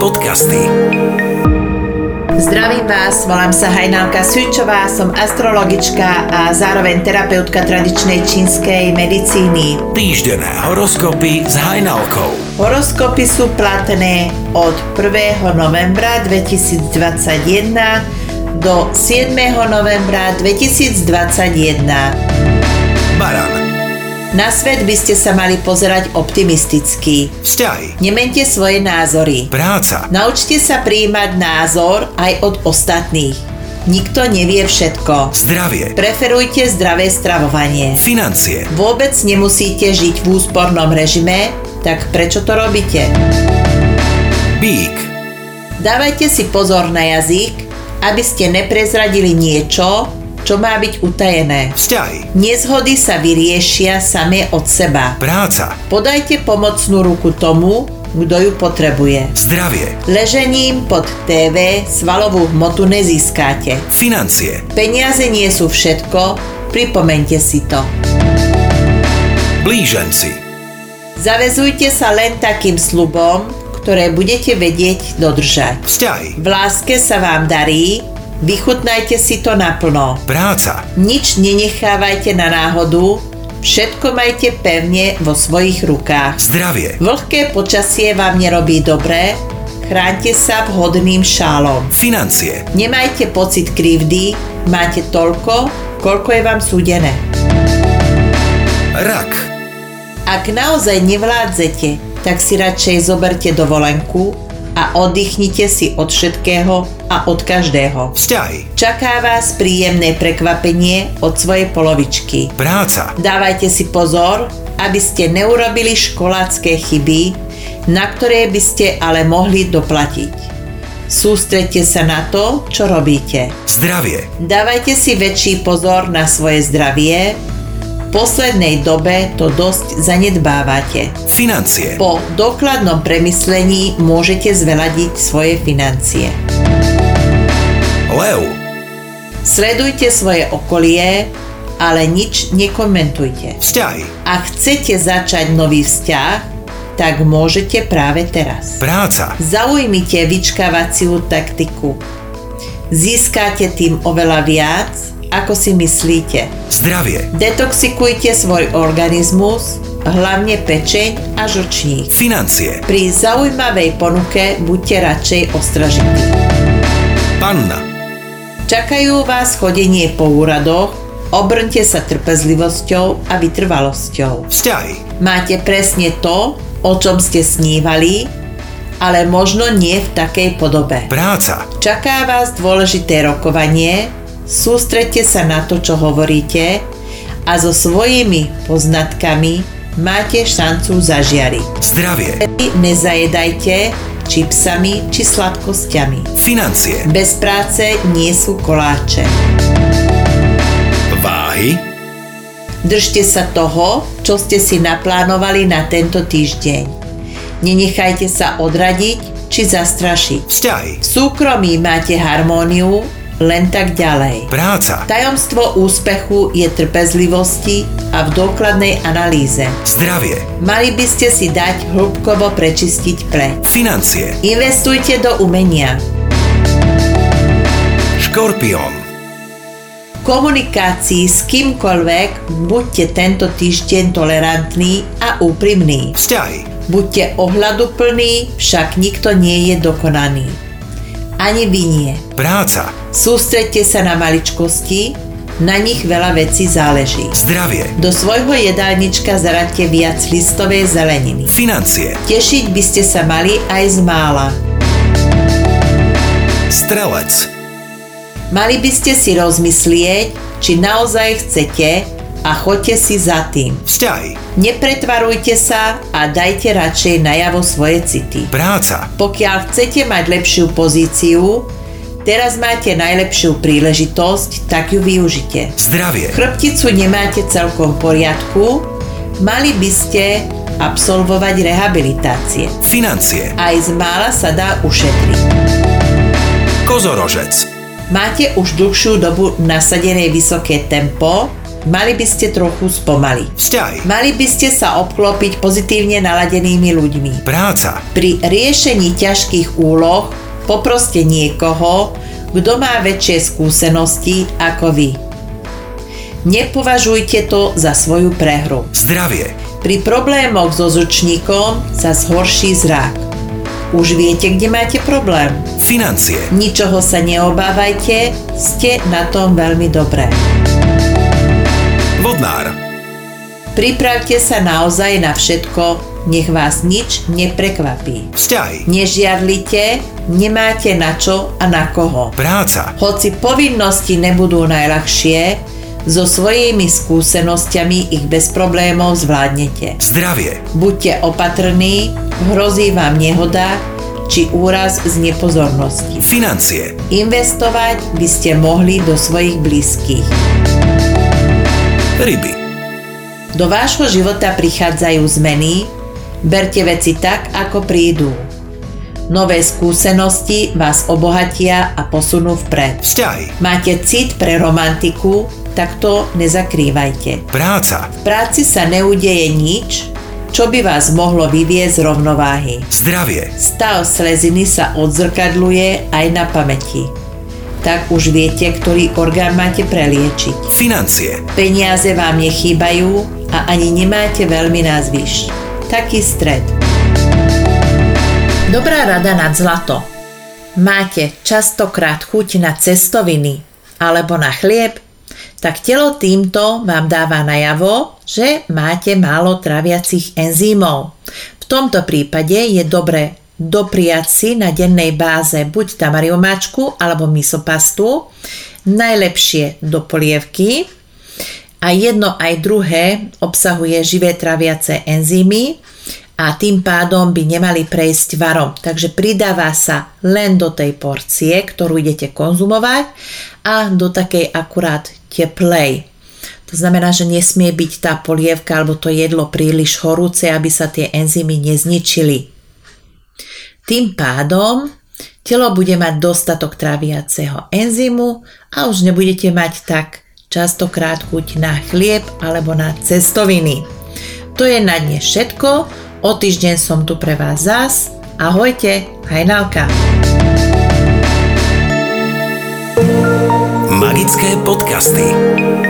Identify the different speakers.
Speaker 1: Podcasty.
Speaker 2: Zdravím vás, volám sa Hajnalka Sučová, som astrologička a zároveň terapeutka tradičnej čínskej medicíny.
Speaker 1: Týždené horoskopy s Hajnalkou.
Speaker 2: Horoskopy sú platné od 1. novembra 2021 do 7. novembra 2021.
Speaker 1: Baran.
Speaker 2: Na svet by ste sa mali pozerať optimisticky.
Speaker 1: Vzťahy.
Speaker 2: Nemente svoje názory.
Speaker 1: Práca.
Speaker 2: Naučte sa prijímať názor aj od ostatných. Nikto nevie všetko.
Speaker 1: Zdravie.
Speaker 2: Preferujte zdravé stravovanie.
Speaker 1: Financie.
Speaker 2: Vôbec nemusíte žiť v úspornom režime, tak prečo to robíte?
Speaker 1: Bík.
Speaker 2: Dávajte si pozor na jazyk, aby ste neprezradili niečo, čo má byť utajené.
Speaker 1: Vzťahy.
Speaker 2: Nezhody sa vyriešia samé od seba.
Speaker 1: Práca.
Speaker 2: Podajte pomocnú ruku tomu, kto ju potrebuje.
Speaker 1: Zdravie.
Speaker 2: Ležením pod TV svalovú hmotu nezískate.
Speaker 1: Financie.
Speaker 2: Peniaze nie sú všetko, pripomente si to.
Speaker 1: Blíženci.
Speaker 2: Zavezujte sa len takým slubom, ktoré budete vedieť dodržať.
Speaker 1: Vzťahy.
Speaker 2: V láske sa vám darí, vychutnajte si to naplno.
Speaker 1: Práca.
Speaker 2: Nič nenechávajte na náhodu, všetko majte pevne vo svojich rukách.
Speaker 1: Zdravie.
Speaker 2: Vlhké počasie vám nerobí dobre, chránte sa vhodným šálom.
Speaker 1: Financie.
Speaker 2: Nemajte pocit krivdy, máte toľko, koľko je vám súdené.
Speaker 1: Rak.
Speaker 2: Ak naozaj nevládzete, tak si radšej zoberte dovolenku a oddychnite si od všetkého a od každého.
Speaker 1: Vzťahy.
Speaker 2: Čaká vás príjemné prekvapenie od svojej polovičky.
Speaker 1: Práca.
Speaker 2: Dávajte si pozor, aby ste neurobili školácké chyby, na ktoré by ste ale mohli doplatiť. Sústredte sa na to, čo robíte.
Speaker 1: Zdravie.
Speaker 2: Dávajte si väčší pozor na svoje zdravie. V poslednej dobe to dosť zanedbávate.
Speaker 1: Financie.
Speaker 2: Po dokladnom premyslení môžete zveladiť svoje financie.
Speaker 1: Lev.
Speaker 2: Sledujte svoje okolie, ale nič nekomentujte.
Speaker 1: Vzťahy.
Speaker 2: Ak chcete začať nový vzťah, tak môžete práve teraz.
Speaker 1: Práca.
Speaker 2: Zaujmite vyčkávaciu taktiku. Získate tým oveľa viac, ako si myslíte.
Speaker 1: Zdravie.
Speaker 2: Detoxikujte svoj organizmus, hlavne pečeň a žlčník.
Speaker 1: Financie.
Speaker 2: Pri zaujímavej ponuke buďte radšej ostražití.
Speaker 1: Panna.
Speaker 2: Čakajú vás chodenie po úradoch, obrňte sa trpezlivosťou a vytrvalosťou.
Speaker 1: Vzťahy.
Speaker 2: Máte presne to, o čom ste snívali, ale možno nie v takej podobe.
Speaker 1: Práca.
Speaker 2: Čaká vás dôležité rokovanie, sústredte sa na to, čo hovoríte a so svojimi poznatkami máte šancu zažiariť.
Speaker 1: Zdravie.
Speaker 2: Nezajedajte čipsami či sladkosťami.
Speaker 1: Financie.
Speaker 2: Bez práce nie sú koláče.
Speaker 1: Váhy.
Speaker 2: Držte sa toho, čo ste si naplánovali na tento týždeň. Nenechajte sa odradiť či zastrašiť.
Speaker 1: Vzťahy.
Speaker 2: V súkromí máte harmóniu, len tak ďalej.
Speaker 1: Práca.
Speaker 2: Tajomstvo úspechu je trpezlivosti a v dokladnej analýze.
Speaker 1: Zdravie.
Speaker 2: Mali by ste si dať hĺbkovo prečistiť pleť.
Speaker 1: Financie.
Speaker 2: Investujte do umenia.
Speaker 1: Škorpión.
Speaker 2: V komunikácii s kýmkoľvek buďte tento týždeň tolerantní a úprimní.
Speaker 1: Vzťahy.
Speaker 2: Buďte ohľaduplní, však nikto nie je dokonaný. Ani vy nie.
Speaker 1: Práca.
Speaker 2: Sústredte sa na maličkosti, na nich veľa vecí záleží.
Speaker 1: Zdravie.
Speaker 2: Do svojho jedálnička zaraďte viac listovej zeleniny.
Speaker 1: Financie.
Speaker 2: Tešiť by ste sa mali aj z mála.
Speaker 1: Strelec.
Speaker 2: Mali by ste si rozmyslieť, či naozaj chcete a choďte si za tým.
Speaker 1: Vzťahy.
Speaker 2: Nepretvarujte sa a dajte radšej najavo svoje city.
Speaker 1: Práca.
Speaker 2: Pokiaľ chcete mať lepšiu pozíciu, teraz máte najlepšiu príležitosť, tak ju využite.
Speaker 1: Zdravie.
Speaker 2: Chrbticu nemáte celkom v poriadku, mali by ste absolvovať rehabilitácie.
Speaker 1: Financie.
Speaker 2: Aj z mála sa dá ušetriť.
Speaker 1: Kozorožec.
Speaker 2: Máte už dlhšiu dobu nasadené vysoké tempo, Mali by ste trochu spomaliť.
Speaker 1: Vzťahy.
Speaker 2: Mali by ste sa obklopiť pozitívne naladenými ľuďmi.
Speaker 1: Práca.
Speaker 2: Pri riešení ťažkých úloh poproste niekoho, kto má väčšie skúsenosti ako vy. Nepovažujte to za svoju prehru.
Speaker 1: Zdravie.
Speaker 2: Pri problémoch so zručníkom sa zhorší zrak. Už viete, kde máte problém.
Speaker 1: Financie.
Speaker 2: Ničoho sa neobávajte, ste na tom veľmi dobré.
Speaker 1: Vodnár.
Speaker 2: Pripravte sa naozaj na všetko, nech vás nič neprekvapí.
Speaker 1: Vzťahy.
Speaker 2: Nežiarlite, nemáte na čo a na koho.
Speaker 1: Práca.
Speaker 2: Hoci povinnosti nebudú najľahšie, so svojimi skúsenostiami ich bez problémov zvládnete.
Speaker 1: Zdravie.
Speaker 2: Buďte opatrní, hrozí vám nehoda či úraz z nepozornosti.
Speaker 1: Financie.
Speaker 2: Investovať by ste mohli do svojich blízkych.
Speaker 1: Ryby.
Speaker 2: Do vášho života prichádzajú zmeny, berte veci tak, ako prídu. Nové skúsenosti vás obohatia a posunú vpred.
Speaker 1: Vzťahy.
Speaker 2: Máte cit pre romantiku, tak to nezakrývajte.
Speaker 1: Práca.
Speaker 2: V práci sa neudeje nič, čo by vás mohlo vyviezť z rovnováhy.
Speaker 1: Zdravie.
Speaker 2: Stav sleziny sa odzrkadluje aj na pamäti. Tak už viete, ktorý orgán máte preliečiť.
Speaker 1: Financie.
Speaker 2: Peniaze vám nechýbajú a ani nemáte veľmi na zvyš. Taký stred. Dobrá rada nad zlato. Máte častokrát chuť na cestoviny alebo na chlieb, tak telo týmto vám dáva najavo, že máte málo traviacich enzymov. V tomto prípade je dobre dopriať si na dennej báze buď tamariomačku alebo misopastu, najlepšie do polievky, a jedno aj druhé obsahuje živé traviace enzymy a tým pádom by nemali prejsť varom. Takže pridáva sa len do tej porcie, ktorú idete konzumovať a do takej akurát teplej. To znamená, že nesmie byť tá polievka alebo to jedlo príliš horúce, aby sa tie enzymy nezničili. Tým pádom telo bude mať dostatok traviaceho enzymu a už nebudete mať tak častokrát chuť na chlieb alebo na cestoviny. To je na dne všetko, o týždeň som tu pre vás zás. Ahojte, hajnalka!
Speaker 1: Magické podcasty.